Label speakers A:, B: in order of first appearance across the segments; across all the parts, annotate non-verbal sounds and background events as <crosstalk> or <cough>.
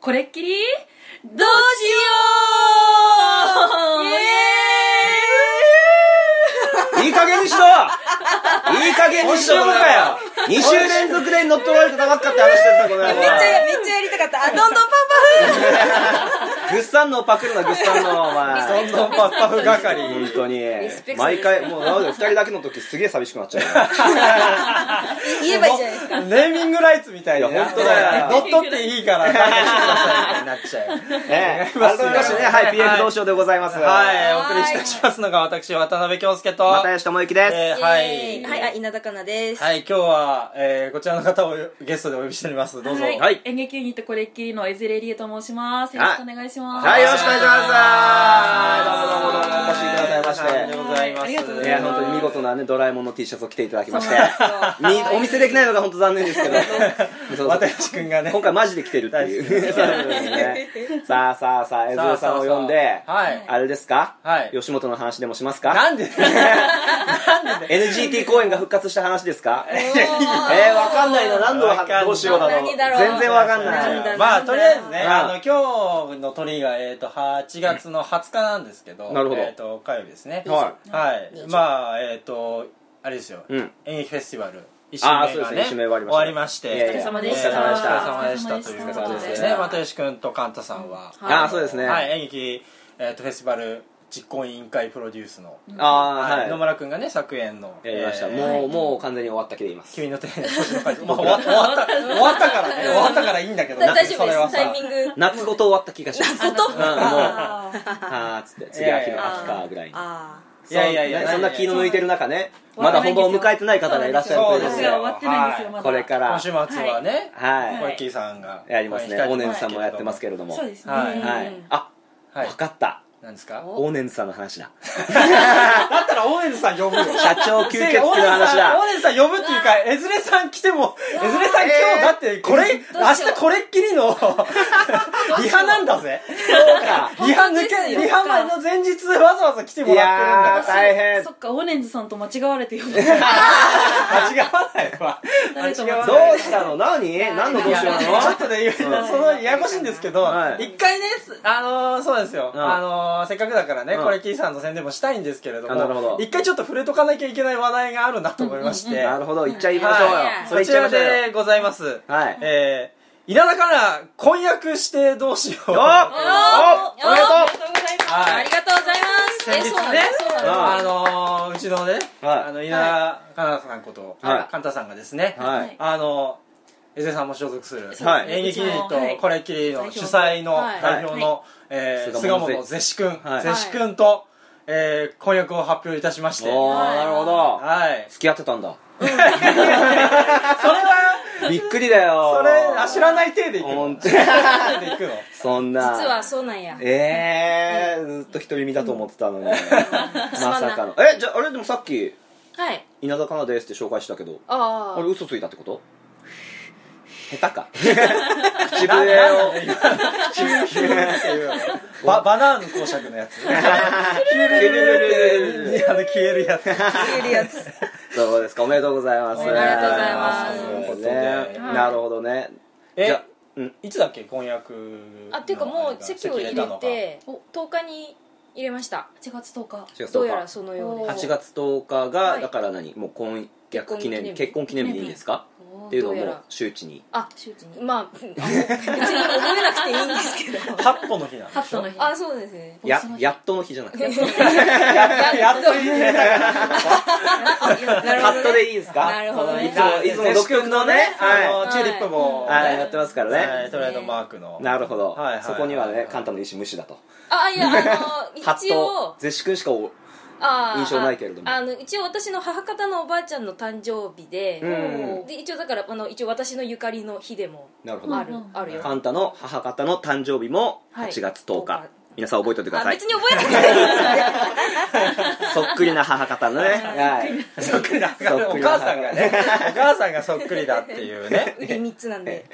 A: これっきりどうしようイエ
B: いい加減にしろいい加減にしろかよ2週連続で乗っ取られてなかったって話してたこの野
C: めっちゃ
B: 郎
C: めっちゃやりたかったあどんどんパン
B: グッサンのパクるなグッサンのお
D: ど
B: 前
D: んどんパッパフ係
B: 本当に
C: スペクト
B: 毎回もうなんか2人だけの時すげえ寂しくなっちゃう
C: パフ言えばいいじゃないですか
D: ネーミングライツみたいない
B: や本当だよ
D: 乗っ取っていいからなんかしてくださいみたいになっちゃう
B: ねえ
D: お願いします
B: 改めましてねはい PF 同賞でございます
D: はいお送りいたしますのが私渡辺京介と
B: 又吉智之です、
D: えー
C: イエーイはいあ稲田かなです
D: はい、今日は、えー、こちらの方をゲストでお呼びしております。どうぞ。
A: ーイ
B: はい
A: 演劇ユニットこれっきりのエズレリエと申しますよろしくお願いします
B: はい、よろしくお願いします。
D: はい
B: どうもどうもどうもお越しくださいま
D: あり
B: し
D: がとうございま
A: あ
D: す。
A: りがとうご
B: て。い
A: ざ
B: や、
A: ます
B: 本当に見事なね、ドラえもんの T シャツを着ていただきまして。
A: そうなん
B: み
A: ですよ
B: お見せできないのが本当残念です
C: <laughs>
B: けど。そうそう
D: 渡辺君がね。
B: 今回マジで来てるっていう。そう
D: 大好き
B: いうことですねさあさあさあ、江添さんを呼んで、
D: はい。
B: あれですか
D: はい
B: 吉本の話でもしますか
D: なんでなんで
B: ?NGT 公演が復活した話ですかえ
C: おー
B: ー、わかんないな。何度
D: わ
B: は
D: かんない
B: どうしようだろう。
C: 何
B: 全
C: だろう
B: 然わかんない
C: なん。だ
D: まあ、とりあえずね、
B: うん
D: あの、今日の鳥が、えっ、と、8月の20日なんですけど、
B: なるほど
D: えっ、と、火曜日ですね。。
B: はい
D: はい。まあ、えっ、と、あれですよ、
B: うん
D: 演劇フェスティバル。一周
B: あー
D: 目が
B: そうで
D: ね、
B: すね一周目終わりました
D: 終わりまして、
B: いやいや
A: お疲れ様で
B: した
D: お疲れ様でした。
A: お
D: と
A: 疲
D: いう
A: れ
B: 様
D: こ
B: でした
D: とですね、又吉君とカンタさんは、
B: ああ、そうですね。
D: はい、演劇、えー、とフェスティバル実行委員会プロデュースの、
B: ああ、
D: は、
B: はいい
D: 野。村君がね作演の
B: やりました、
D: えー
B: もうもう完全に終わった気で言います
D: 君の手に星の回まあ、終わ終わった終わったからね終わったからいいんだけど
C: 大丈
D: それ
C: 夫
D: は
C: です
D: さ
C: タイミング
B: 夏ごと終わった気がします夏
C: ごと
B: うんも
A: <laughs>
B: うあ
A: あー
B: ーっつって次秋
D: いやい
B: の
D: や
B: 秋かぐらいに
C: あ
D: いやいやいや
B: そんなそんな気の抜いてる中ね
A: そう
B: まだ本番を迎えてない方がいらっしゃると
D: そ
B: いううこ
D: で
B: と
A: 夏
D: す
B: で
A: が
D: よ
A: 終わってないんですよ
D: はい
A: まだ
B: これから
D: 今週末はね、
B: はい、
D: 小池さんが
B: やりますね
D: はい
B: 大年さんもやってますけれども
A: そうですね
D: はい
B: はいあ
D: は
B: わ
D: い
B: かった
D: なんですか
B: 大年さんの話だ
D: だったら大根さん呼ぶよ
B: 社長吸血鬼の話だ
D: 大根さん呼ぶっていうかえずれさん来てもえずれさん今日だってこれ
C: うしよう
D: 明日これっきりのリハなんだぜ
B: そうか
D: リハ抜
A: 本当です
D: け
A: よ
D: リハ前の前日わざわざ来てもら
B: や
D: っ
B: ー
D: てるんだか
B: 大変
A: そっかオネンズさんと間違われて呼んで
D: ら間違わないわ
A: 誰と
D: 間違
A: も
D: わ
B: ど
D: ないう
B: したの何何のどうしようないの
D: やちょっとね、そのややこしいんですけど、
B: はい
D: 一回ね、すあのーそうですよ、
B: うん
D: あのーせっかくだからね、
B: うん
D: これ、キーさんの宣伝もしたいんですけれども、
B: あなるほど
D: 一回ちょっと触れとかなきゃいけない話題があるなと思いまして、
B: なるほど言っちゃいましょうよ
D: はい
B: それ
D: そ
B: 言
D: ち
B: っちゃい
D: ら
B: ましょうよ
D: でございます。
B: はい
D: えー、稲田から婚約してどうしよう。
B: おおおめでとう
C: あ
D: はい
C: ありがとうございます
D: 先
C: え
D: 日
C: そうなん
D: ね
C: だそうなんだ
B: あ
D: あのーうちのね、
B: はい
D: あの稲田かなさんこと、
B: はい
D: かんたさんがですね、
B: はい
D: あの江瀬さんも所属する、
B: ねはい
D: 演劇ユニット
A: はい
D: これっきりの主催の
C: はい
D: 代表の、えー菅
B: 菅
D: 本
B: 本
D: 是志君
B: はい
D: 是志君と、えー婚約を発表いたしまして
B: おーなるほど
D: はい
B: 付き合ってたんだ
D: それは
B: <laughs> びっくりだよ
D: それあ知らない体でいく
B: ほん <laughs>
D: の
B: と
D: 体でいくの
B: そんな
C: 実はそうなんや
B: ええー、ずっと独り身だと思ってたのに、まさかのえじゃああれでもさっき
C: はい
B: 「稲田かなです」って紹介したけど
C: あ
B: あ
C: あ
B: れ嘘ついたってこと下手
D: <laughs>
B: か口笛を
D: ヒューヒューって <laughs> いうババナーの公爵のやつヒュールルルルルってあの消えるやつ
C: 言えるやつ
B: そうですかおめでとうございます
C: おめでとうございます
B: そうですね、
D: はい
B: なるほどね
D: え
B: じゃうん
D: いつだっけ婚約
C: あていうかもう席を入れて
A: お
C: 10日に入れました
A: 8月10日
B: 4月
C: どうや
B: 10
C: ら
B: 日
C: そのようで
A: お
B: 8月10日が、
C: はい
B: だから何もう婚約記念日
C: 結
B: 結婚記念日でいいんですかっていうのをもう周知に
C: あ
A: 周知に
C: まあ別に覚えなくていいんですけど
B: <laughs>
D: 8歩の日なん
A: ハ
D: で
A: ッ
D: し
A: ト
D: ょ
A: の日
C: あそうです <laughs> ね
B: や
A: その日
B: やっとの日じゃ
C: <laughs>
B: なく <laughs> て
D: やっと言えた
B: <laughs> カッ
C: なるほど
B: ト
C: ね
B: でいいですか
C: なるほどね
B: いつもいつも独特のね
D: あ
B: は
D: のチューリップも
B: い、
D: ね
B: はい、やってますからね、
D: はいトレードマークの
B: なるほど、
D: はいはいはい
B: そこにはねカンタの意思無視だと
C: あいやあの
B: <laughs> ハ
C: 一
B: ッ
C: 応
B: とゼシ君しかお
C: あー
B: 印象ないけれども
C: ああの一応私の母方のおばあちゃんの誕生日で,、
B: うん
C: で一応だからあの一応私のゆかりの日でも
B: なるほど、
C: ある、
A: うんうん
C: あるよ
B: カンタの母方の誕生日も
C: はい
B: 8月10日、
C: 10日
B: 皆さん覚えておいてくだ
C: あ
B: さい
C: 別に覚えなくてい
B: <laughs>
C: い
B: そっくりな母方
C: <laughs>
B: のね、はい、
D: そっくりだお
B: そっくりだ
D: 母さんがねお母さんがそっくりだっていうね
C: 売り3つな
B: <laughs>
C: んで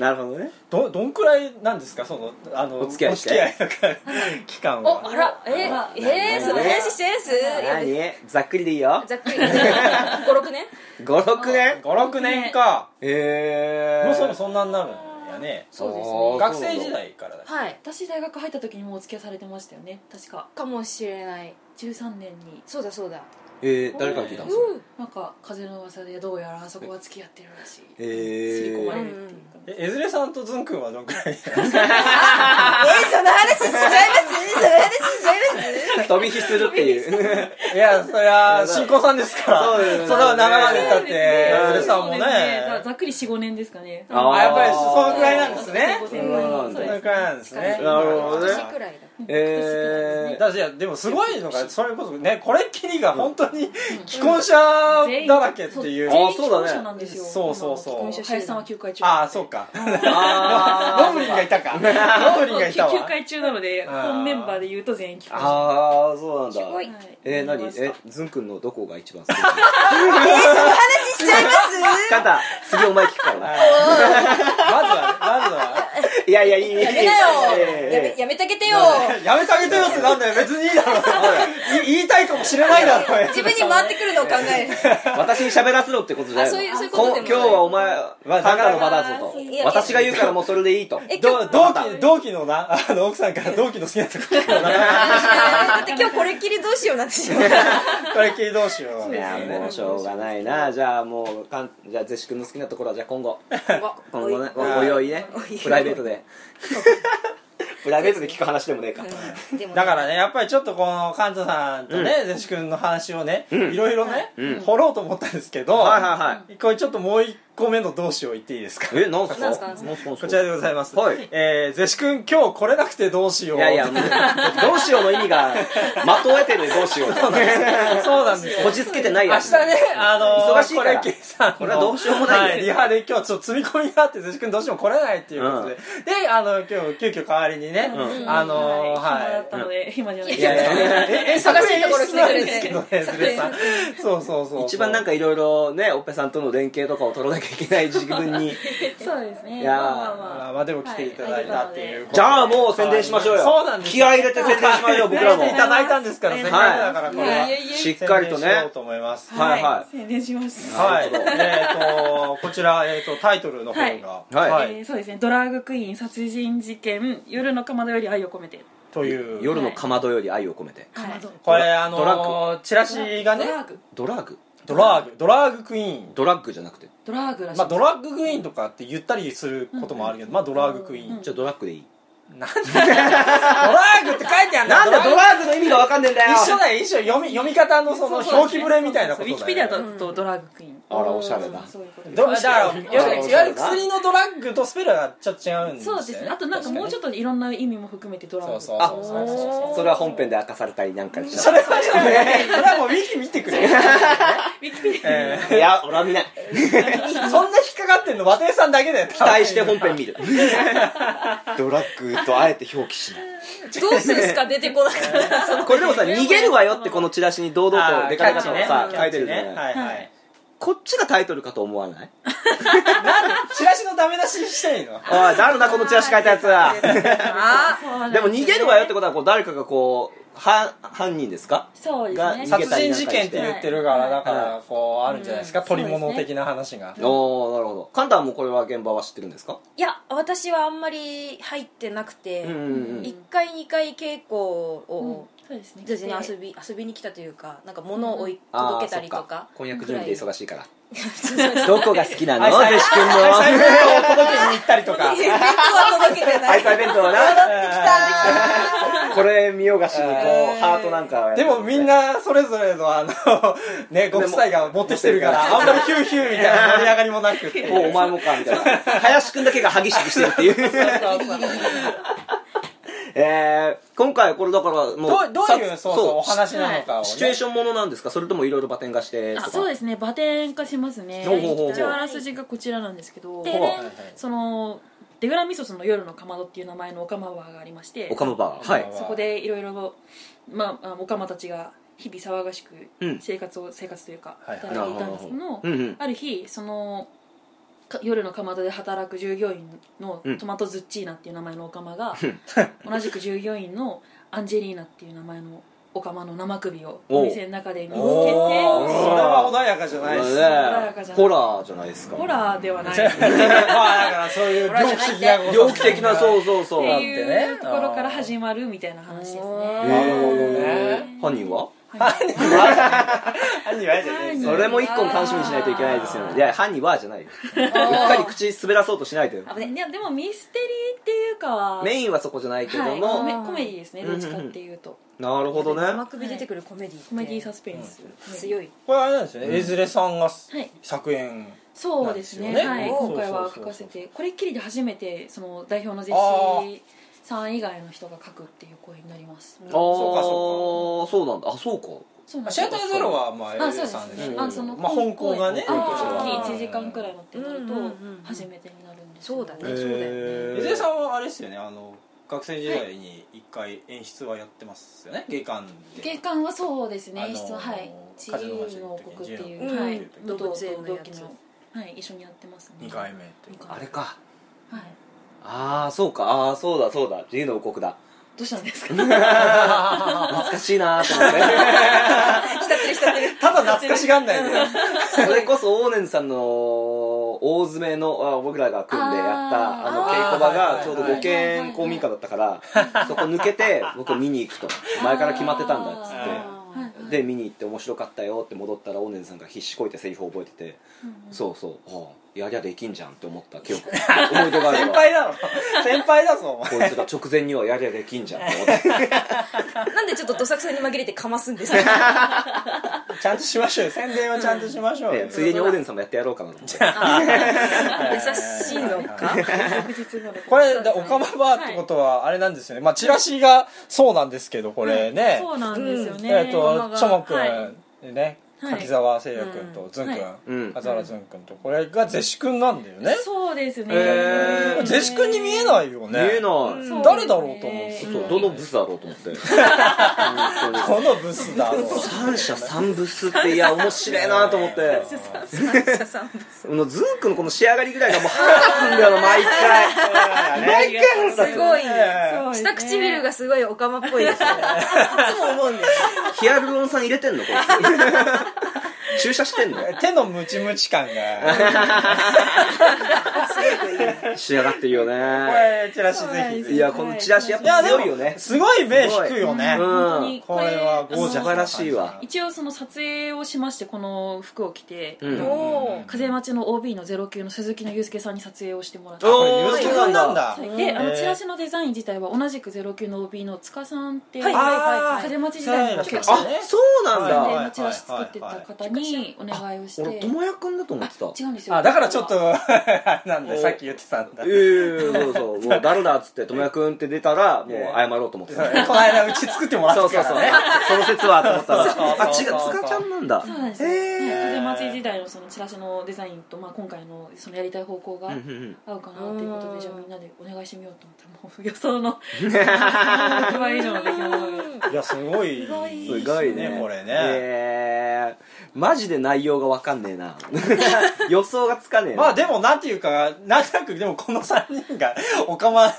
B: なるほ
C: <laughs>
B: どね
D: どどんくらいなんですかそのあの
B: お付き合いして
D: お付き合いの期間
C: お
D: は
C: あらえ
A: あ
C: えー、その話してんすいや別に
B: 何ざっくりでいいよ
C: ざっ
B: <laughs>
C: くり56年
B: 56年
D: 56年か
B: ええー、
D: もうそろそんなになるんやよね
C: そうで
B: あ
C: す
B: ー
C: ね
D: 学生時代からだ
C: はい
A: 私大学入った時にもうお付き合いされてましたよね確か
C: かもしれない
A: 13年に
C: そうだそうだ
B: えー、誰から聞いたんですか
C: うん
A: なんか風の噂でどうやらあそこは付き合ってるらしい
B: え
A: すり込まれ
B: ー、
A: るっていうか、
D: ええずれさんとズン君はどんくらいなんですか
C: えー、その話しちゃいますその話しちゃ
B: <laughs>
C: います
B: 飛び火するっていう
C: <laughs>
D: いや、そりゃ、新婚さんですから。
B: そうですよね
D: それは長年経
A: そ
D: っ
A: う
D: て、
A: です
D: エ
A: ね
D: ルさんもね。
A: ざざっくり45年ですかね
B: あ
D: あ、やっぱり、そのくらいなんですね。
A: そう
B: なんだ
D: そのくらいなんですね。
B: なるほどね
C: 年くらいだ
B: えー、
D: だし、でもすごいのが、それこそね、これっきりが本当に既婚者だらけっていう。
B: 全員
A: あそうだねそうなんですよ
D: そうそうそう
A: 今既婚者林さんは休会中
D: ああ、そうか。ロ
B: あ
D: ブリンがい <laughs> たか。ロブリンがいた
A: 休
D: わ。
A: 会中なので
D: あー
A: 本メンバーで言うと全員休
C: <laughs>
B: ー
A: 会中
B: あーそうなんだ
C: すごい
A: はい
B: えー、何
A: 思いました
B: えズン君のどこが一番
C: <laughs>
B: 好き
C: しちゃいます
B: 肩次お前聞くからな
D: まずは、まずは。
B: いやいやいいや
C: やめなよやめやめてあげてよ
D: やめてあげてよってなんだよ。別にいいだ <laughs> ろ。言いたいかもしれないだろ。 <laughs>
C: 自分に回ってくるのを考える
B: 私に喋らせろってことじゃないの
C: あそういうそういうことでもない
B: 今日はお前は
D: まあ
B: カンタの場だぞ
C: いやいや
B: と私が言うからもうそれでいいと
C: え今
D: 同
C: 日
D: 期同期のなあの奥さんから同期の好きなところ <laughs> のな
C: だって今日これっきりどうしようなんてしまう
D: これっきりどうしよう
B: いやもうしょうがないなじゃあもうかんじゃあゼシ君の好きなところはじゃあ今後今後ねお
D: はい
B: お用意ねプライベート
C: <laughs>
B: でプライベートで聞く話でもねえか
C: でもね
D: だからねやっぱりちょっとこのカンタさんとねゼシ君の話をねいろいろね
B: うん
D: 掘ろうと思ったんですけど
B: はいはいは
D: これちょっともう一個目のどうしよう言っていいですか
B: いえなんすか
C: なんすかなんすか
B: なんすか
D: こちらでございます
B: はい
D: えーゼシ君今日来れなくてどうしよう
B: い
D: <laughs>
B: やいやもうどうしようの意味がまとえてるねどうしよう
D: そうなんですそうなんです
B: こじつけてない
D: 明
B: や
D: 日
B: つ
D: ね、あのー、
B: 忙しいから
D: これ、ケイさんの
B: これはどうしようもないんで
D: はリハで今日ちょっと積み込みがあって、ぜし君どうしても来れないっていうことで。で、あの、今日、急遽代わりにね、
B: うん
D: あのー、
A: はい暇だった
D: は
A: ので暇じゃない
D: い。いやいやいや、え、え、
C: 忙しいところ来てくれて
D: 作品なんですけどね、ズレさん。そうそうそうそう。
B: 一番なんかいろいろねオペさんとの連携とかを取らなきゃいけない自分に
A: そうですね
B: いやー
A: まあまあまあ
D: まあまあでも来ていただいたっていうこと
B: じゃあもう宣伝しましょうよ
D: そうなんです
B: 気合い入れて宣伝しましょう僕らも
D: 来ていただいたんですから、
A: はい、
D: せっかくだから、これ
C: いやいや
D: は。
C: いや
B: しっかりと
D: 宣伝しよ
B: ね
D: うと思います。
B: はいはい
A: 宣伝します、
D: は。
B: ないるほど
D: えっと、こちら、えっと、タイトルの方が。
B: はいは
A: え
B: い
A: ーそうですね「ドラァグクイーン殺人事件夜のかまどより愛を込めて
D: という。
B: 夜のかまどより愛を込めて」
A: はい
D: これあ
B: ドラ
D: のーチラシがね
A: ドラーグ
B: ドラッグ
D: ドラッグドラッグクイーン
B: ドラッグじゃなくて
A: ドラーグらしい、
D: まあドラッグクイーンとかって言ったりすることもあるけどまあドラッグクイーン
B: じゃあドラッグでいい
D: なんでドラッグって書いてある
B: なんだド
D: ラ
B: ラッグの意味がわかんねえんだよ
D: 一緒だよ一緒読み読み方のその表記ぶれみたいなことだ
A: ウィ
D: よ
A: キペディアだとドラーグクイーン、
B: あらおしゃれだ
A: そういうこと
D: どだから
A: そう
D: 要するにいわゆる薬のドラッグとスペルがちょっと違うんですよ
A: そうですねあとなんかもうちょ
D: っ
A: っといろんな意味も含めてドラーグ
D: そうそう
B: あ
D: そうそうそうそう
B: それは本編で明かされたりなんかしち
D: そ
B: ゃ
D: れはちょっとねそれはもうウィキ見てくれ
A: ウィキペディ
B: <laughs>
A: ア、
D: え
B: ういや俺は見ない
D: ーそんな引っかかってんの和田さんだけだよ
B: 期待して本編見る <laughs> ドラッグとあえて表記しない
C: どうするしか出てこなかったその
B: これでもさ逃げるわよってこのチラシに堂々と
D: あー
B: 出
D: キ
B: か
D: ャ
B: け方
D: ッチ
B: を
D: ね
B: さ
D: キャ
B: 書い
D: ッ
B: て
D: チ
B: るじゃ
D: ね
B: ない
D: はいはい
B: こっちがタイトルかと思わない
D: チラシのダメ出ししていいの
B: おい誰だこのチラシ書いたやつは
C: あ
A: そうなん
B: ですも
A: よね
B: 逃げるわよってことはこう誰かがこうは犯人ですか
A: そうですね
B: が
D: 殺人事件って言ってるから
A: はい
D: だからこうあるんじゃないですか
A: うん
D: 取り物的な話が
B: おおなるほどカンタはもうこれは現場は知ってるんですか
C: いや私はあんまり入ってなくて、
B: うんうん
C: 一回二回稽古
A: うん
C: を、
A: そうですね
C: 別に遊び遊びに来たというかなんか物を追い届けたりとか
B: 婚約準備で忙しいから
C: そうそう
B: どこが好きな
D: 愛
B: の
D: 妻
B: ゼシ君の
D: 愛妻弁当を届けに行ったりとか
C: 弁当は届けてな
B: 愛
C: い
B: 妻弁当はなこれ見よがしにこうハートなんか
D: でもみん
B: な
D: なそれぞれの
B: <laughs>
D: あのねご夫妻が持ってきてるからあんまりヒューヒューみたいな盛り上がりもなく
B: <laughs>
D: って
B: おお前もかみたいな林君だけが歯ぎしりしてるっていう <laughs> えー今回これだからもう
D: どうどういう
B: さ
D: そうそうお話なのかを
B: シチュエー
D: ね
B: ションものなんですかそれともいろいろバテン化してと
A: あ
B: か
A: そうですね馬天化しますね
B: ほうほうほうほう
A: 一応あらすじがこちらなんですけど
C: で
B: ほう
A: そのデグラミソスの夜のかまどっていう名前のオカマバーがありまして
B: オカマバーはい
A: そこでいろいろまああオカマたちが日々騒がしく
B: うん
A: 生活を、生活というか
D: はいはい
A: 働いていたんですけども
B: うんうん
A: ある日そのか夜のかまどで働く従業員の
B: うん
A: トマト <laughs> ズッチーナっていう名前のオカマが、同じく従業員のアンジェリーナっていう名前のオカマの生首を
B: お
A: お店の中で見つけて
D: おーそれは穏やかじゃないっすね
A: やかじゃない
B: ホラーじゃないですか
A: ホラーではない
D: まあだからそういう猟奇的なこと
B: 猟奇的なそうそうそう
A: って
B: 犯
A: いうところから始まるみたいな話ですね。
B: なるほど
D: ね
B: 人は
D: 犯人はじゃねえ
A: 犯人
D: ぞ
B: それも一個の楽しみにしないといけないですよねいや犯人はじゃないようっかり口滑らそうとしないとよ
A: いやでもミステリーっていうかは
B: メインはそこじゃないけど
A: はい、コ
B: も
A: メコメディですねどっちかっていうと、
B: なるほど
C: 生
B: ね
C: 首出てくるコメディって
A: コメディサスペンス、
C: 強い
D: これあれなんですよね江連さんが
A: はい
D: 作演
A: そうですね
D: なんで
A: は
D: すよね
A: い
D: うん
A: 今回は書かせてこれっきりで初めてその代表のゼシさん以外の人が書くっていう声になります
B: ああ
D: そうか
B: そうなんだあそうか
A: そうなん
D: まあ
A: です
D: シ
A: よ
D: アターゼロはまあ江連さんでし
B: う
D: ょ
B: ん
D: う
B: あ
A: その
D: まあ本校がね
A: あ
C: あー
A: 大きい1時間くらいのってなると
C: うんうんうんうん
A: 初めてになるんです
C: そうだね
B: へー
C: そうだよね
D: 江連さんはあれですよねあの学生時代に一回演出はやってますよね下巻で
A: 景観はそうですね
D: あのー
A: 演出ははい「地
D: 風の街
A: 球の
D: の
A: 王
D: 時
A: 国」っていう、
C: うん
A: はい
D: うん
A: 武道
C: 動物園
A: と
C: の
A: 同
C: や
A: 期
C: つ
A: の、はい、一緒にやってますね
D: 2回目っていう
A: 二回
B: あれか
A: はい
B: ああそうかああーそうだそうだ竜の王国だ
A: どうしたんですか
B: 懐かしいなーと思って
C: 浸ってる浸ってる
D: ただ懐かしがんないんだよ
B: それこそオーネンさんの大詰めのあ僕らが組んでやったあの
A: あー
B: 稽古場
D: あ
B: が
D: ー
B: ちょうど5軒公民館だったからそこ抜けて僕見に行くと前から決まってたんだっつっ
C: あ
A: はい
B: てで見に行って面白かったよって戻ったらオーネンさんが必死こいてセリフを覚えててそうそうはあやりゃできんじゃんって思った記憶思い出がある
D: <laughs> 先
B: わ
D: 輩だろ先輩だぞお前
B: こいつが直前にはやりゃできんじゃんって思って
C: なんでちょっとどさくさに紛れてかますんですか
D: ちゃんとしましょうよ宣伝はちゃんとしましょうよ
B: でついでにオーネンさんもやってやろうかなと思って
C: 優しいのか
A: 確実なの <laughs>
D: これでオカマバーってことはあれなんですよねまあチラシがそうなんですけどこれね
A: そうなんですよね、
D: えっ
A: オカマ
D: と
A: が
D: チョモく
A: はい
D: んね
A: はい
D: 柿沢聖也くんとズンく
B: うんは
D: ん
B: い
D: 笠原ズンくんとこれがゼシくんなんだよね
A: そうですね、
B: へー
D: ゼシくんに見えないよ
B: 見え
D: ね
B: ない
A: そうですね
D: 誰だろうと思って
B: そうどのブスだろうと思って本当に
D: このブスだろ
B: 三者三ブスっていや面白いなと思ってこのズンクのこの仕上がりぐらいがもう腹立つんだよな毎回
D: 毎回
C: すごい
A: そうですね
C: 下唇がすごいオカマっぽいですよねいつも思うんだよ
B: ヒアルロン酸入れてんのこいつ注射してんの
D: 手のムチムチ感が
B: 仕上がってるよ
D: こ
B: ね
D: れチラシぜひ
B: いやこのチラシやっぱ強いよね
D: すごい目引くよね
B: うん
A: 本当に
D: これは
A: あ
D: ゴ
A: の
D: ージャスな感じ
B: 素晴らしいわ
A: 一応その撮影をしましてこの服を着て、
B: うん
C: おー
A: 風待ちの OB の09の鈴木の祐介さんに撮影をしてもらって
B: おー
D: これユースケさんなんだ
A: はいであ
D: へ
A: の
D: ー
A: チラシのデザイン自体は同じく09の OB の塚さんっていう、
C: はい
D: あー
A: 風待ち時代の
D: そうなん
A: 結
D: だ
A: 構
B: あそうなん
D: はい
B: だ
A: でチラシ作ってた方にお願いをして、
B: 俺智也くんだと思ってた
A: 違うんですよ
D: あだからちょっとあれなん
B: お
D: でさっき言ってたんだ
B: ええそうそうもう誰だっつって智也くんって出たらもう謝ろうと思って
D: こ
B: た
D: の間うち作ってもらっ
B: そ
D: た
B: うそうそ
D: か
B: う
D: らね
B: その説はと思ったらあ違う
D: そうそうそう
B: 塚ちゃんなんだ
A: そうなんですよ、はい風待ち時代のそのチラシのデザインと、まあ、今回のそのやりたい方向が
B: うんうんうん
A: 合うかなと
C: うん
A: いうことでじゃあみんなでお願いしてみようと思ったらもう予想の100倍以上の出来物が
D: いやすごい
B: すごいね
D: これね
B: えーマジで内容がわかんねえな予想がつかねえな
D: まあでもなんていうかなんとなくでもこの3人がおかまな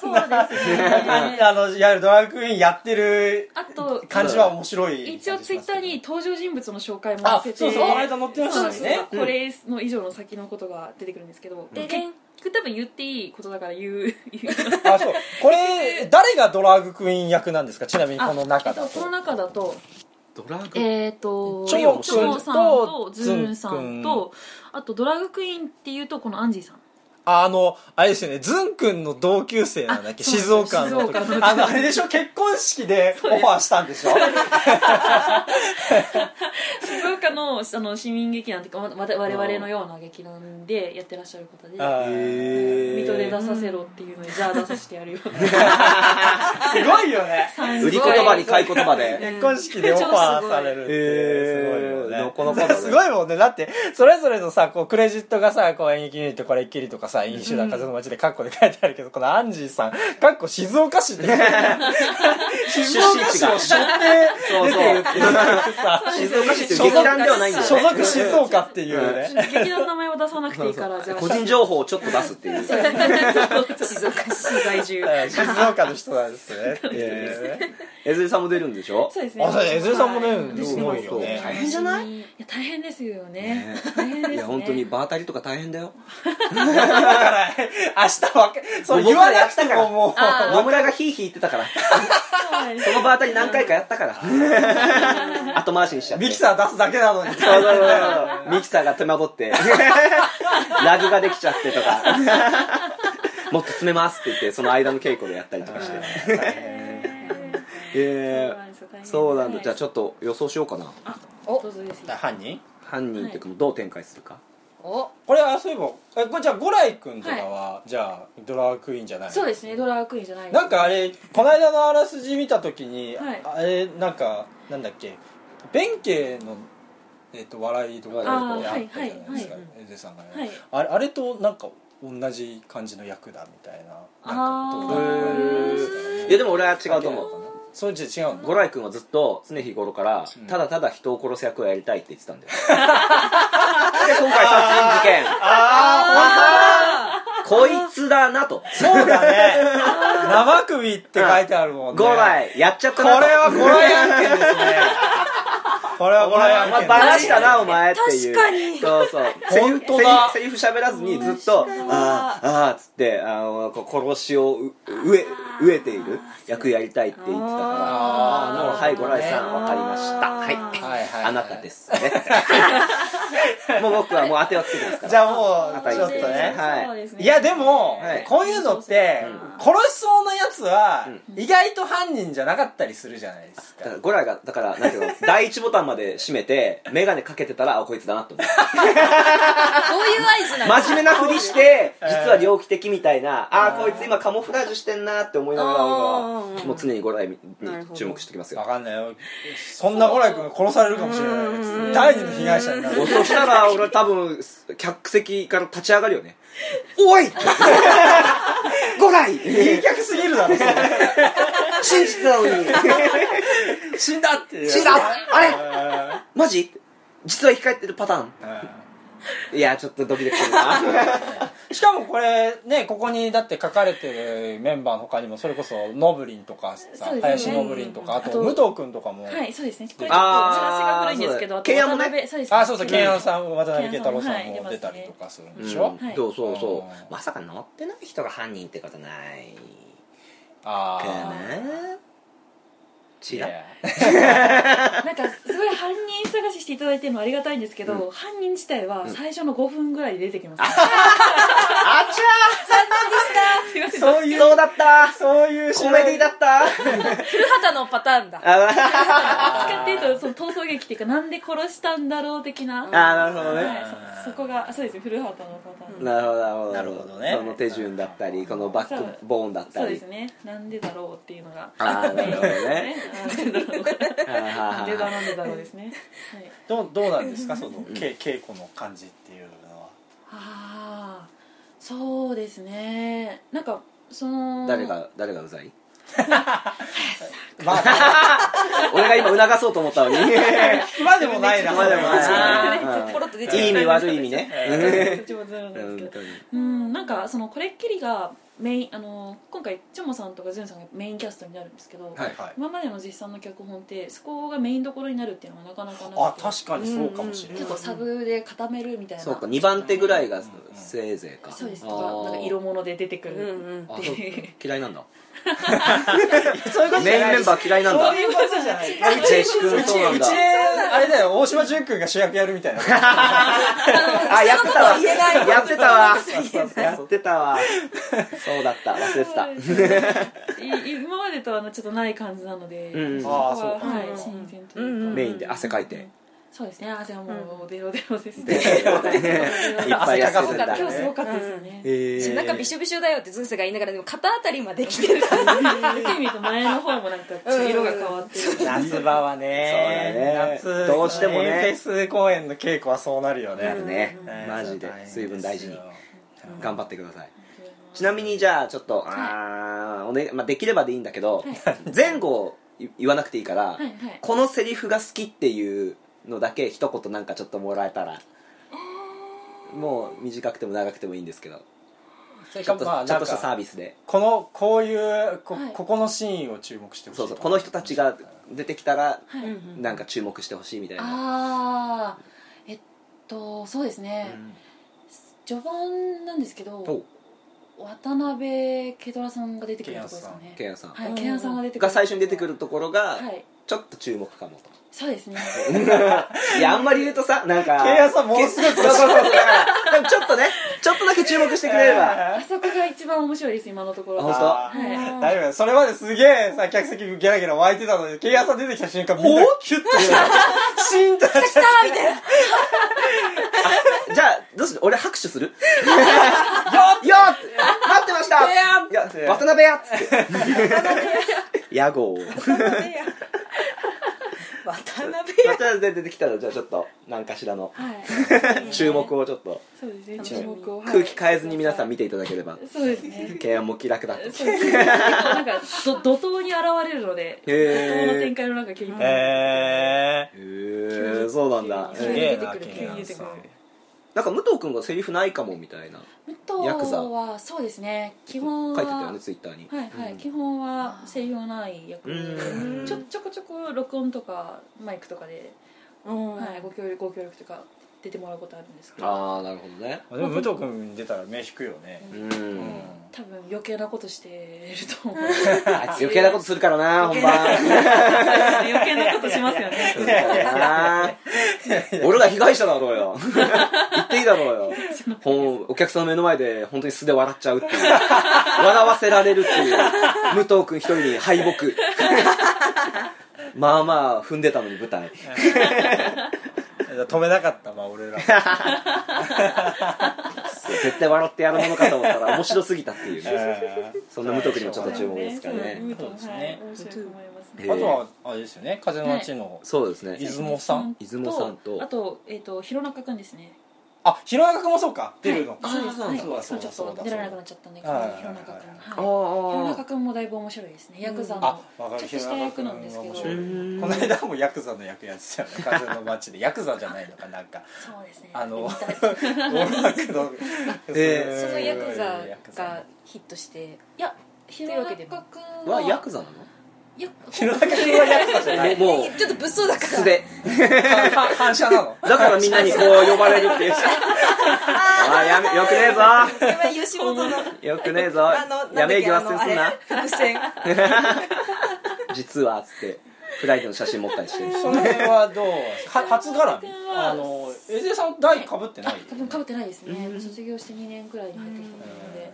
D: あのいわゆるドラァグクイーンやってる
A: <laughs> あと
D: 感じは面白い
A: 一応ツイッターに登場人物の紹介も
D: あ
A: 載
D: そう
A: せて
D: そうこの間載ってまし
A: そ
D: た
A: う
D: し
A: そう
D: ね
A: これの以上の先のことが出てくるんですけど
C: で
A: で
C: でん
A: 多分言っていいことだから言う言う
D: あそうこれ誰がドラァグクイーン役なんですかちなみ <laughs> にこの中だ
A: あえっとことの中だと
B: ドラッグ
A: えー、と
D: チ
A: チ
D: ョヨ
A: ョ
D: ン
A: モさん
D: と
A: とズーンさん
D: ズン
A: とあとドラァグクイーンっていうとこのアンジーさん
D: ああの、あれですよね、ズン君の同級生なんだっけ、
A: あそう
D: 静岡の時
A: 静岡の時
D: あの、あれでしょ、結婚式でオファーしたんでしょ
A: 静岡のあの市民劇団というかわわ我々のような劇団でやってらっしゃる方で
D: あー
A: 水戸で出させろっていうのにじゃあ出させてやるよ
D: すごいよね。
B: 売り言葉に買い言葉で
D: 結婚式でオファーされるっ
B: え
D: て、ね
B: のこのこだね
D: すごいもんねだってそれぞれのさこうクレジットがさこう演劇ユニットこれっきりとかさ飲酒だ風の街でカッコで書いてあるけどこのアンジーさんカッコ静岡市って静岡市を所定出てるっていうさ
B: 静岡市っていう劇団ではないんだよ
D: 所
B: ね
D: 属静岡っていうね
A: 劇団の名前を出さなくていいからじゃあ
B: 個人情報をちょっと出すっていう
C: 静岡市在住
D: うん静岡の人なんですねっていうね
B: 江添さんも出るんでしょ
A: そうですね
D: あそう江添さんも
A: は
D: ねすごいよ
B: そうそう
D: ね
B: 変じゃない
A: いや大変ですよね
B: ね
A: 大変ですね
B: いや本当に場当たりとか大変だよ
D: だから明日わかそう言わなくてももう
A: あー
B: 野村がヒーヒー言ってたから
A: そうなんです
B: その場当たり何回かやったから後回しにしちゃって
D: ミキサー出すだけなのに
B: そうそうそうそうミキサーが手間取ってラグができちゃってとかもっと詰めますって言ってその間の稽古でやったりとかしてえー、そうなんだじゃあち
A: ょっ
B: ょっと予想しようかな
A: とどうぞですよ
D: 犯人
B: 犯人っていうかどう展開するか
C: お
D: これあそういえばえこれじゃあ五来君とかは、じゃあドラァグクイーンじゃないの
A: そうですねドラァグクイーンじゃない
D: なんかあれこの間のあらすじ見た時に、
A: はい
D: あれなんかなんだっけ弁慶のえっ、と笑いとかで
A: あー
D: やったじゃないですか
A: はいはいはい
D: 江出さんがね、
A: はい
D: あれあれとなんか同じ感じの役だみたいななんかこと
A: あ
D: を
A: ー
B: いやでも俺は違うと思う
D: うそれじゃ違うの
B: 五来君はずっと常日頃からただただ人を殺す役をやりたいって言ってた <laughs> んだよで今回殺人事件
C: あ
B: こいつだなと
D: そうだね生首って書いてあるもんね
B: 五来やっちゃっ
D: こ
B: た
D: れ
B: なと
D: は五来案件ですねこれは
B: お
D: 五
B: 前
D: 来
B: お
D: 案件
B: 前バラしたなお前っていう
C: 確かに
B: そうそう
D: 本当だ
B: セリフセリフ喋らずにずっと「ああああ」っつってあのこう殺しをう飢え飢えている役やりたいって言ってたから
D: あー
B: もうはいご来さんわかりました
A: あ
B: は
A: ー
B: い、
D: はいはい
B: あなたですね
D: <laughs>
B: もう僕はもう当てはつけてますから
D: じゃあもうち
B: そ
D: ょっと
B: うです
D: ね
B: ねはい
A: そうですね
D: いやでも、
B: はい
D: こういうのって
A: うん
D: 殺しそうなやつは意外と犯人じゃなかったりするじゃないです
B: だか
D: から
B: ゴラがだからなんていうの第一ボタンまで閉めて眼鏡かけてたらあこいつだなと思う
C: ーどういう合図なの
B: 真面目なふり <laughs> して実は猟奇的みたいなあーこいつ今カモフラージュしてんなって思いながら
C: うんうん
B: 俺
C: う
B: は
C: ん
B: もう常にゴラに
C: なるほど
B: 注目してきます
D: 分
B: よ
D: かんないよそんな五来君が殺されるかもしれない第二の被害者になる
B: そしたら俺多分客席から立ち上がるよね <laughs> おいゴライ
D: 冷却すぎるだろそれ
B: 信じてたの <laughs> に
D: 死んだっていう
B: 死んだあれ
D: うん
B: マジ実は生き返ってるパターンいやちょっとドキドキする <laughs> な
D: しかもこれねここにだって書かれてるメンバーの他にもそれこそノブリンとかさ
A: そうですね
D: 林ノブリンとかあ
A: あ
D: と
A: と
D: 武藤君とかも、
A: はいそうですねこれちょっとチ
B: あ
A: ラ
B: ー
A: シが古いんですけどあ
B: そうだ
A: と
B: 慶安もね
A: 渡辺そうです
D: あそうそう慶安
A: ん
D: さんも渡辺慶太郎さん
A: 慶安さん
D: も
A: はい
D: 出たりとかするん
B: う
D: で
B: ん
D: しょ、
A: はい
B: そうそうそ
D: うん
B: うまさか乗ってない人が犯人ってことない
D: あ
B: か
D: あ
B: な違う
A: なんかすごい犯人探ししていただいてるのありがたいんですけど、犯人自体は最初の5分ぐらいで出てきます、
B: あち
A: す <laughs> いません
B: ゃーそういうそうだった
D: そういう
B: コメディだった
C: 古畑のパターンだ
A: 使っていうとその逃走劇っていうかなんで殺したんだろう的な
B: あーなるほどね
A: はい、そそこがあそうですね古畑のパターン、
B: なるほどなるほど
D: なるほどね
B: その手順だったりこのバックボーンだっ
A: そ
B: た
A: うで
B: り
A: すねなんでだろうっていうのが
B: ああなるほどね
A: なんでだろう
B: はあはあ
A: なんでだ
B: は
A: なんでだろうですね、はい、
D: どうどうなんですかそのけ稽古の感じっていうのは
A: ああそうですねなんかそ
B: あ
A: の
B: 誰が誰がうざい
D: ま
B: <laughs>
D: あ
B: 俺が今促そうと思ったのに
D: 今でもないな
B: 今でもない
C: な
B: うん
C: ポロッと出ちゃう
B: いい意味悪い意味
A: そ
B: ね
A: っちもゼロなんですけ
B: 本
A: ど
B: 当に
A: うんなんかそのこれっきりがメインあの今回チョモさんとかズンさんがメインキャストになるんですけど、
B: はい
D: はい
A: 今までの実際の脚本ってそこがメインどころになるっていうのはなかなかなくて
D: あ確かにそうかもしれない
A: 結構サブで固めるみたいな
B: そうか2番手ぐらいが
D: うん
B: せいぜいか
A: そうです
B: あ
A: とかなんか色
B: ー
A: 物で出てく
C: うん
A: る、
C: うん
B: あそう嫌いなんだ
D: そういうことじ
B: メ
D: ゃ
B: イン
D: ない
B: メンバー嫌いなんだ
D: そういうことじゃない
B: ジェシ君
D: うち
B: そうな
D: うんち
B: だ
D: あれだよ大島純君が主役やるみたいな
B: あやってたわ
C: 人のことは言えない
B: やってたわやってたわそうだった忘れてた
A: い今までとはちょっとない感じなので、
B: うん
A: そこは
D: あーそうか
A: はい
C: うん
A: 新鮮というか、
C: うん
B: メインで汗かいて
A: そうですね汗はもうデロデロです
B: で
A: <laughs> ね、
B: いっぱい
A: す
B: 汗
A: ご
B: 出
A: か
B: た
A: った今日
B: ね
A: すごかったですよね、
B: えー
C: なんかびしょびしょだよってズンスが言いながらでも肩あたりまで来てた
A: 見てみると前の方もなんか色が変わってる、
D: 夏場はね
B: そうだね
D: 夏
B: どうしてもね
D: フェス公演の稽古はそうなるよね
B: ね
D: ね
B: マジで
D: 大変すよ
B: 水分大事に頑張ってくださいちなみにじゃあちょっとあーおねまあできればでいいんだけど前後い言わなくていいから
A: はいはい
B: このセリフが好きっていうのだけ一言なんかちょっともらえたらもう短くても長くてもいいんですけど
D: それ
B: ちょ
D: か
B: っと
D: まあ
B: ちょ
D: な
B: っ
D: ん
B: としたサー
D: か
B: ビスで
D: このこういうこ
A: はい
D: ここのシーンを注目してほしい
B: そうそうこの人たちが出てきたら
A: はい、
B: <laughs> なんか注目してほしいみたいな
A: ああえっとそうですね、序盤なんですけ
B: お
A: ど渡辺ケドラさんが出てくるところですかね
B: ケンヤさん
A: はいケンヤさんが出てくる
B: が最初に出てくるところが
A: はい
B: ちょっと注目かもと
A: そうですね
B: いや、あんまり言うとさ、なんか。
D: 契約さものすごい
B: そうそうそう。だから、でもちょっとね、ちょっとだけ注目してくれれ
D: <laughs>
B: ば。
A: あそこが一番面白いです今のところ
B: あ本当
D: あ
A: は
D: ー大丈夫だよそれまですげえさ客席ギャラギャラ湧いてたのにケイヤさん出てきた瞬間みんなキュッとしてシーンとして
B: じゃあ、どうする俺拍手
D: <laughs>
B: するよっよっ待ってましたいや、
D: <laughs>
B: 渡辺やっつ <laughs> って。屋号を。
C: 渡辺や渡辺や
B: 渡辺出てきたら、じゃあちょっと、何かしらの
A: はい
B: 注目をちょっと、
A: そうですね
C: 楽しみ
A: 注目をはい
B: 空気変えずに皆さん見ていただければ。
A: そうですね
B: ケアも気楽だって。
A: そうですねなんか
B: <laughs>
A: ど怒涛に現れるので怒
B: へー
A: 涛の展開の中急に
D: え
B: <laughs> へえ、そうなんだ。
D: すげえなケイヤさん
B: なんか武藤君がセリフないかもみたいな。
A: 武
B: ヤク
A: 藤
B: ザ
A: はそうですね基本
B: 書いてたよ
A: は
B: ね、ツイッターに。
A: はいはい、
B: うん
A: 基本は声優のない役
B: うん
A: ちょちょこちょこ録音とかマイクとかで、
C: うん
A: はい、ご協力ご協力とか出てもらうことあるんですけど
B: ああなるほどね
D: でも武藤君出たら目引くよね
B: うん、
A: 多分余計なことしてると思う
B: あいつ余計なことするからな本番
A: 余計なことしますよね
B: そうだ <laughs> な俺ら被害者だろう <laughs> よ言っていいだろうよほんお客さんの目の前で本当に素で笑っちゃうっていう笑わせられるっていう武藤君一人に敗 <laughs> 北まあまあ踏んでたのに舞台
D: 止めなかったまあ俺らも
B: そう絶対笑ってやるものかと思ったら面白すぎたっていうね
D: <laughs> えー
B: そんな武藤君にも <laughs> ちょっと注目ですからね
A: そう
D: そうですね
A: はい面白いと思います
B: へ
A: ね
B: ー
D: あとはあれですよね風の街の
B: そうですね
D: 出雲さん
B: 出雲さんと
A: あと,、えー、と弘中くんですね
D: あ弘中君もそうか出るのか
A: はい
B: あーそうだ
A: はい
D: そうだ
A: ちょっ
D: そうだそう
A: と
D: だ
A: 出られなくなっちゃったんで
D: はいはいはい
A: 弘中くん
B: あ
A: はい
B: ー
A: 弘中くんもだいぶ面白いですねヤクザの
D: あわか
A: ち
D: る
A: ょっとした役なんですけどそ
D: 弘中君面白いうこの間もヤクザの役やってたよね風の街でヤクザじゃないのかなんか
A: うですね
D: あの
A: 見たい
D: 音
A: <laughs>
D: 楽の
B: えー
C: そのヤクザ
D: ヤクザ
C: がヒットして
A: いや弘中
C: という
A: く
C: わ
A: ん
B: はヤクザなの
A: いや
D: 弘中君はヤクザじ
A: <laughs>
D: ゃない
B: ももう
C: ちょっと物騒だから
B: 素で
D: 反反射なの
B: だからみん <laughs> なにこう呼ばれるっていうああやめよくねえぞ
C: これは吉本の
B: よくねえぞ
C: あの
B: やめえぎ
C: な
B: は
C: ん
B: せ
C: だ
B: ん
C: っけ
B: すん
C: あ
B: な
C: のあれ伏線
B: 実はっつってフライデーの写真持ったりしてる
D: その辺はどうは初絡
A: 弘中
D: み
A: 君は
D: あの江勢さん代かぶってない
A: 多分かぶってないですね、
B: うん
A: 卒業して2年くらいに入ってきたので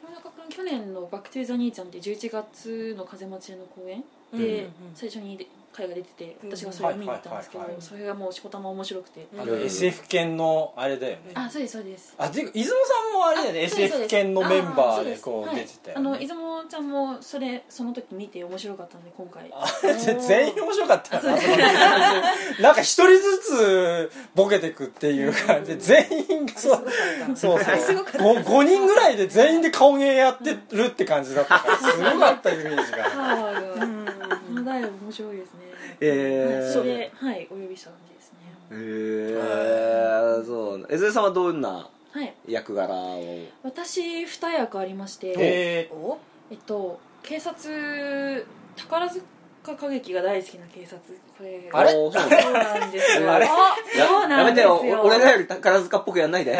A: 弘中君去年の「バック・トゥ・ザ・兄ちゃん」って11月の風待ちの公演で、
D: うん
A: 最初に会が出てて
C: うん
A: 私がそれを見に行ったんですけど、
D: はいはいはいはい
A: それがもうしこたま面白くて、
C: うん
D: あの SF 犬のあれだよね
A: あそうですそうです
D: あていうか出雲さんもあれだよね
A: そうですそう
D: SF
A: です
D: 犬のメンバーでこ
A: あ
D: う
A: そ
D: 出
A: で
D: て
A: す
D: た
A: はいあ
D: よ
A: の
D: ね
A: 出雲ちゃんもそれその時見て面白かったので今回
D: あぜ全員面白かったよなその <laughs> なんか一人ずつボケてくっていう感じで全員がそうそうそう 5, 人ぐらいで全員で顔芸やってるって感じだったからすごかったイメージ <laughs>
A: パ
D: が
A: ワー
C: う
A: が
C: ん
A: この台面白いですね
B: え
A: はい
B: ー
A: それではいお呼びした感じですね
B: えー、そう江添さんはどんな
A: はい
B: 役柄を
A: 私二役ありまして
D: え
C: お
A: えっと警察宝塚歌劇が大好きな警察これ
D: あれ
B: おーそう
A: そうなんです
D: <laughs>
A: よ
B: あれ
A: そう
B: や
A: な
B: め
A: んで
B: て
A: す
B: よ
A: よ
B: お俺らより宝塚っぽくやん <laughs> ないで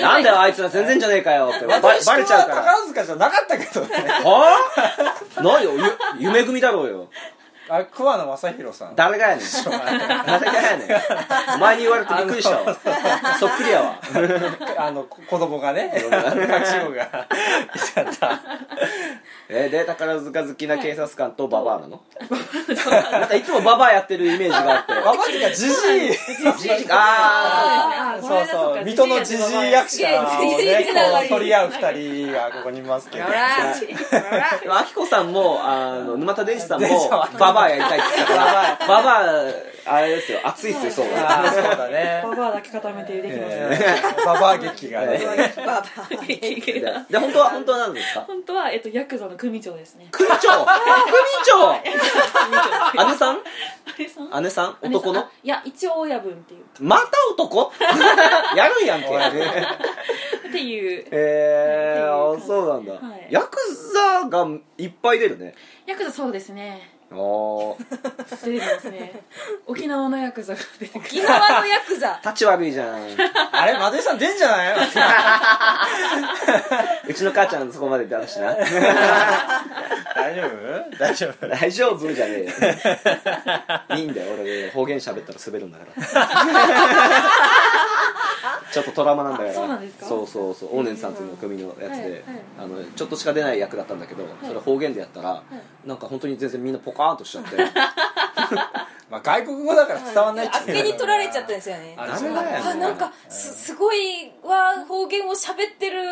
B: なんだよあいつら全然じゃねえかよって
D: ー、
B: ババレ
D: 私
B: ちゃうか
D: は
B: ら
D: 宝塚じゃなかったけどね
B: はあ <laughs> 何よゆ夢組だろうよ
D: あ桑名正宏さん <laughs>
B: 誰がやねん誰がやねんお前に言われてびっくり <laughs> したわそっくりやわ
D: あのこ子供がね隠し子がいちゃった
B: えーで宝塚好きな警察官とババアなのなんかいつもババアやってるイメージがあって
D: ババアがジジイ
B: じじああ
A: あ
D: そうそう水戸のジジイ役者を
C: ジジイ
D: ね
C: つな
D: こ
C: が
D: う
C: り
D: 取り合う二人がここにいますけど
C: ほらほら
B: でも、あきこさんも、あの、沼田伝子さんも
D: 伝子は、
B: ババアやりたいって言ってたから、ババア、あれですよ、熱いっすよ、そう
D: あーそうだね
A: ババアだけ固めてできますね、
D: えーババア劇がね
C: ババア
A: <laughs>
B: で、で本当は、本当は何ですか
A: 本当は、えっと、ヤクザの組長です
B: <laughs>
A: ね
B: 組長組長姉さ
A: あ
B: ん
A: れさん
B: 姉さん男
A: あ
B: の
A: いや一応親分っていう
B: また男 <laughs> やるんやんけ。
A: っていう
B: え
A: ー
B: ー、
A: あ
B: そ
A: そうう
B: なんだ
A: だ。はい
B: ヤクザがいっぱい出るね。
A: ヤクザそうですね
B: あー。
A: 出てきますね沖縄のヤクザが出てくる
C: 沖縄のヤ
B: <laughs>
C: クザ
B: 立ち悪い
A: <laughs>
B: じゃん。
D: あれマデさん出んじゃないう
B: ちの母ちゃんそこまで出たしな。
D: 大丈夫大丈夫
B: 大丈夫じ
A: <laughs>
B: ゃねえよいいんだよ俺方言喋ったら滑るんだから
A: <laughs>
B: ちょっとトラウマなんだから
A: あそうなんですか
B: そうそうそう往年さんという組のやつで、あのちょっとしか出ない役だったんだけど、それ方言でやったら、なんか本当に全然みんなポカーンとしちゃって
D: まあ外国語だから伝わんない
C: あっけに取られちゃったんですよね
D: あ
B: ダメだよね
C: あなんかすすごいわ方言を喋ってる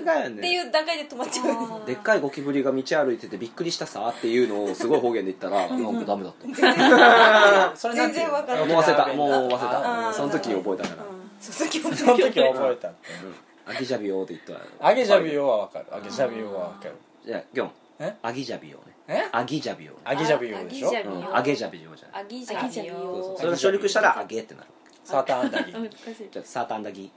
B: メだよね
C: っていう段階で止まっちゃう
B: でっかいゴキブリが道歩いててびっくりしたさっていうのをすごい方言で言ったらなんかダメだった
C: 全然わ
D: それなんていうの
C: 全然わかん
B: も
C: な
B: う
C: い
B: 忘れたもう忘れ
C: あ
B: た
C: ー
B: その時覚えたから
C: その時も
D: その時は覚えた
B: 「アギジャビオ」って言ったら
D: アゲジャビオはわかるアゲジャビオはわかる
B: じゃあギョン
D: え
B: アギジャビオね
D: え
B: アギジャビオね
D: アゲジャビオでしょ
C: アゲジャビ
B: う
C: オ
B: ん、アゲジャビオじゃん
C: アギジャギ
B: そうそう
C: よ
B: それが省略したらアゲってなる
D: サーターアンダギ
A: 難しい
B: じゃあサーターアンダ
C: <laughs>
B: ギ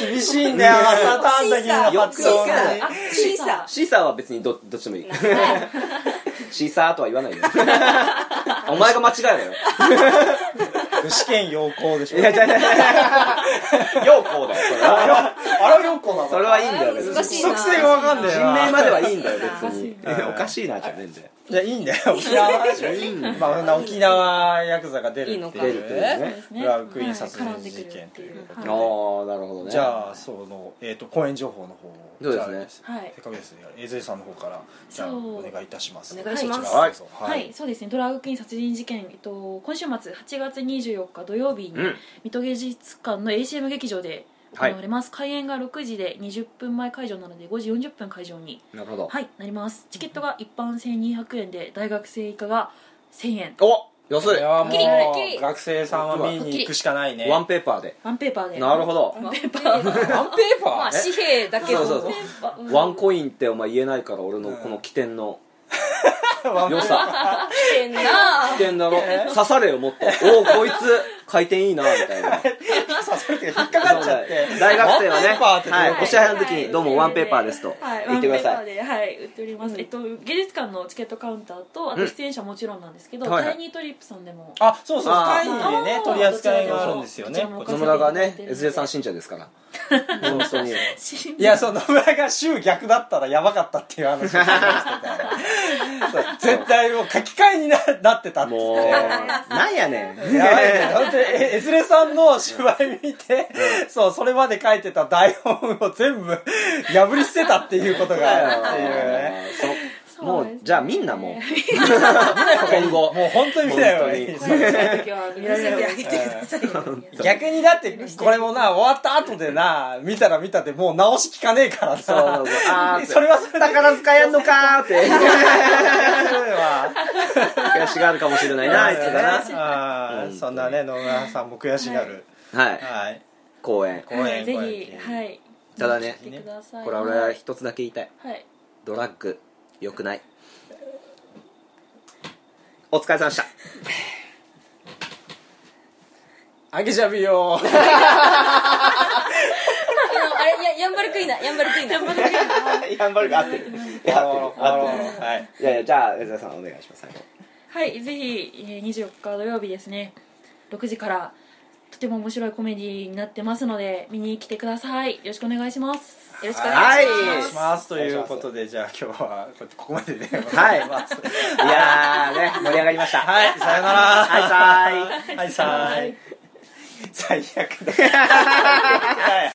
D: 厳しいんだよサーターアンダギーの
B: よく
D: 発音
B: さ
D: に
C: シーサ
B: シーサーは別にどどっちでもいい <laughs> シーサーとは言わないよお前が間違えろよ
D: 具志堅陽光でしょ
B: いやいやいやいやようこうだよそれ
C: <laughs>
B: は
D: あれ陽光なの
B: それはいいんだよ別
C: 難し
B: に
C: いな
D: 属性がわかんねえ
B: 人
D: な
B: 名まではいいんだよ別に
A: お
D: <laughs> かしいな
B: おかしいなじゃねえんだよ
D: いやいいんだよ沖縄の話はいいんだよまあそんな沖縄ヤクザが出るって
C: いいのか
D: いうね
A: です
D: ド
A: ね
D: ラァグクイーン殺人事件ということ
B: ああ
D: で、
B: なるほどね
D: じゃあその、えー、と公演情報の方を
B: そうですね
D: じゃあ
A: はい
D: せっかくですね AJ さんの方からじゃあ
A: そう
D: お願いいたします
C: お願いします
D: はいは
A: はい、
D: い、
A: そうですねドラァグクイーン殺人事件、えっと、今週末8月24日土曜日に、
B: うん
A: 水戸芸術館の ACM 劇場で行われます、開演が6時で20分前会場なので5時40分会場に、
B: なるほど
A: はい、なりますチケットが一般性200円で大学生以下が1000円
B: お安
D: こ
B: い
D: れはも
C: はっきりはっき
D: う
C: り
D: 学生さんは見に行くしかないね
B: ワンペーパーで
A: ワンペーパーで
B: なるほど
C: ー
A: ペーパー
D: ワンペーパー、
C: まあ
D: え
C: 紙幣だけど
B: そうそうそう
C: <laughs>
A: ワン
B: ワンコインってお前言えないから俺のこの起点
D: <laughs>
B: の
D: ワンペ
B: 良
D: ー
B: さ
C: 変な
B: 起点だろ刺されよもっ
D: <laughs>
B: とおおこいつ回転いいなみたいな
D: パーさそれって引っかかっちゃって
B: 大学生はね
D: ワンペーパーってどういう
B: はい
D: こと
B: お支払いの時に「どうもワンペーパーです」と
A: はい
B: 言ってくだ
A: ワン
B: さい
A: ペーパーで、はい、売っております、えっと、芸術館のチケットカウンターとあ
B: う
A: と
B: ん
A: 出演者もちろんなんですけど、
B: はいはい
A: タイニートリップさんでも
D: あそうそう
B: あー
D: 単位でね
A: あー
D: 取り扱いがあるんですよね
A: ど
D: こ
A: ち
D: ち
A: ら
B: 野
A: も
B: 村がね SJ さん信者で
A: <laughs>
B: すから本当に
D: いや、そう、野村が週逆だったらやばかったっていう話をしてましたからそう絶対もう書き換えにななってたっつって。
B: もう <laughs> なんやねん
D: やばいね本当にえ、エズレさんの芝居見て、そう、それまで書いてた台本を全部破り捨てたっていうことがあるっていうね。
B: そうもうじゃあ <laughs> みんなもう今後
D: もう本当に見ない方がいいですよ
A: 時は見られる
C: あげてください
B: <laughs>
D: 逆にだって、これもな、終わった後でな、見たら見たでもう直し聞かねえから
B: そうそう
D: さ
B: そう、あ
D: それはそれだか
B: 宝
D: ら
B: 塚やんのかーって
D: わ。
B: 悔しがるかもしれないなあいつがな
D: なあーそんなね野村さんも悔しがる
B: はい
D: はい
B: 公演
D: 公演
A: ぜ
D: 公演
A: ひはい
B: ただね
A: 来てください
B: これは俺は一つだけ言いたい
A: はい
B: ドラッグ良くないお疲れ様でした
D: あげちゃ
B: <laughs>
D: びよ
C: あのあれややんばるクイナやんばるクイナ
B: やんばるが合
D: <laughs>
B: ってる合ってる合ってる
D: はい
B: いやいやじゃあ江澤さんお願いします最後
A: はい、ぜひ、えー、24日土曜日ですね6時からとても面白いコメディになってますので見に来てくださいよろしくお願いしますよろしくお願いし
D: お願い
A: ます
D: しますということでじゃあ今日はここまで
B: <laughs>
D: で
B: はいいやーね盛り上がりました
D: はいさよなら <laughs>
B: はいさーい
D: はいさーい最悪だ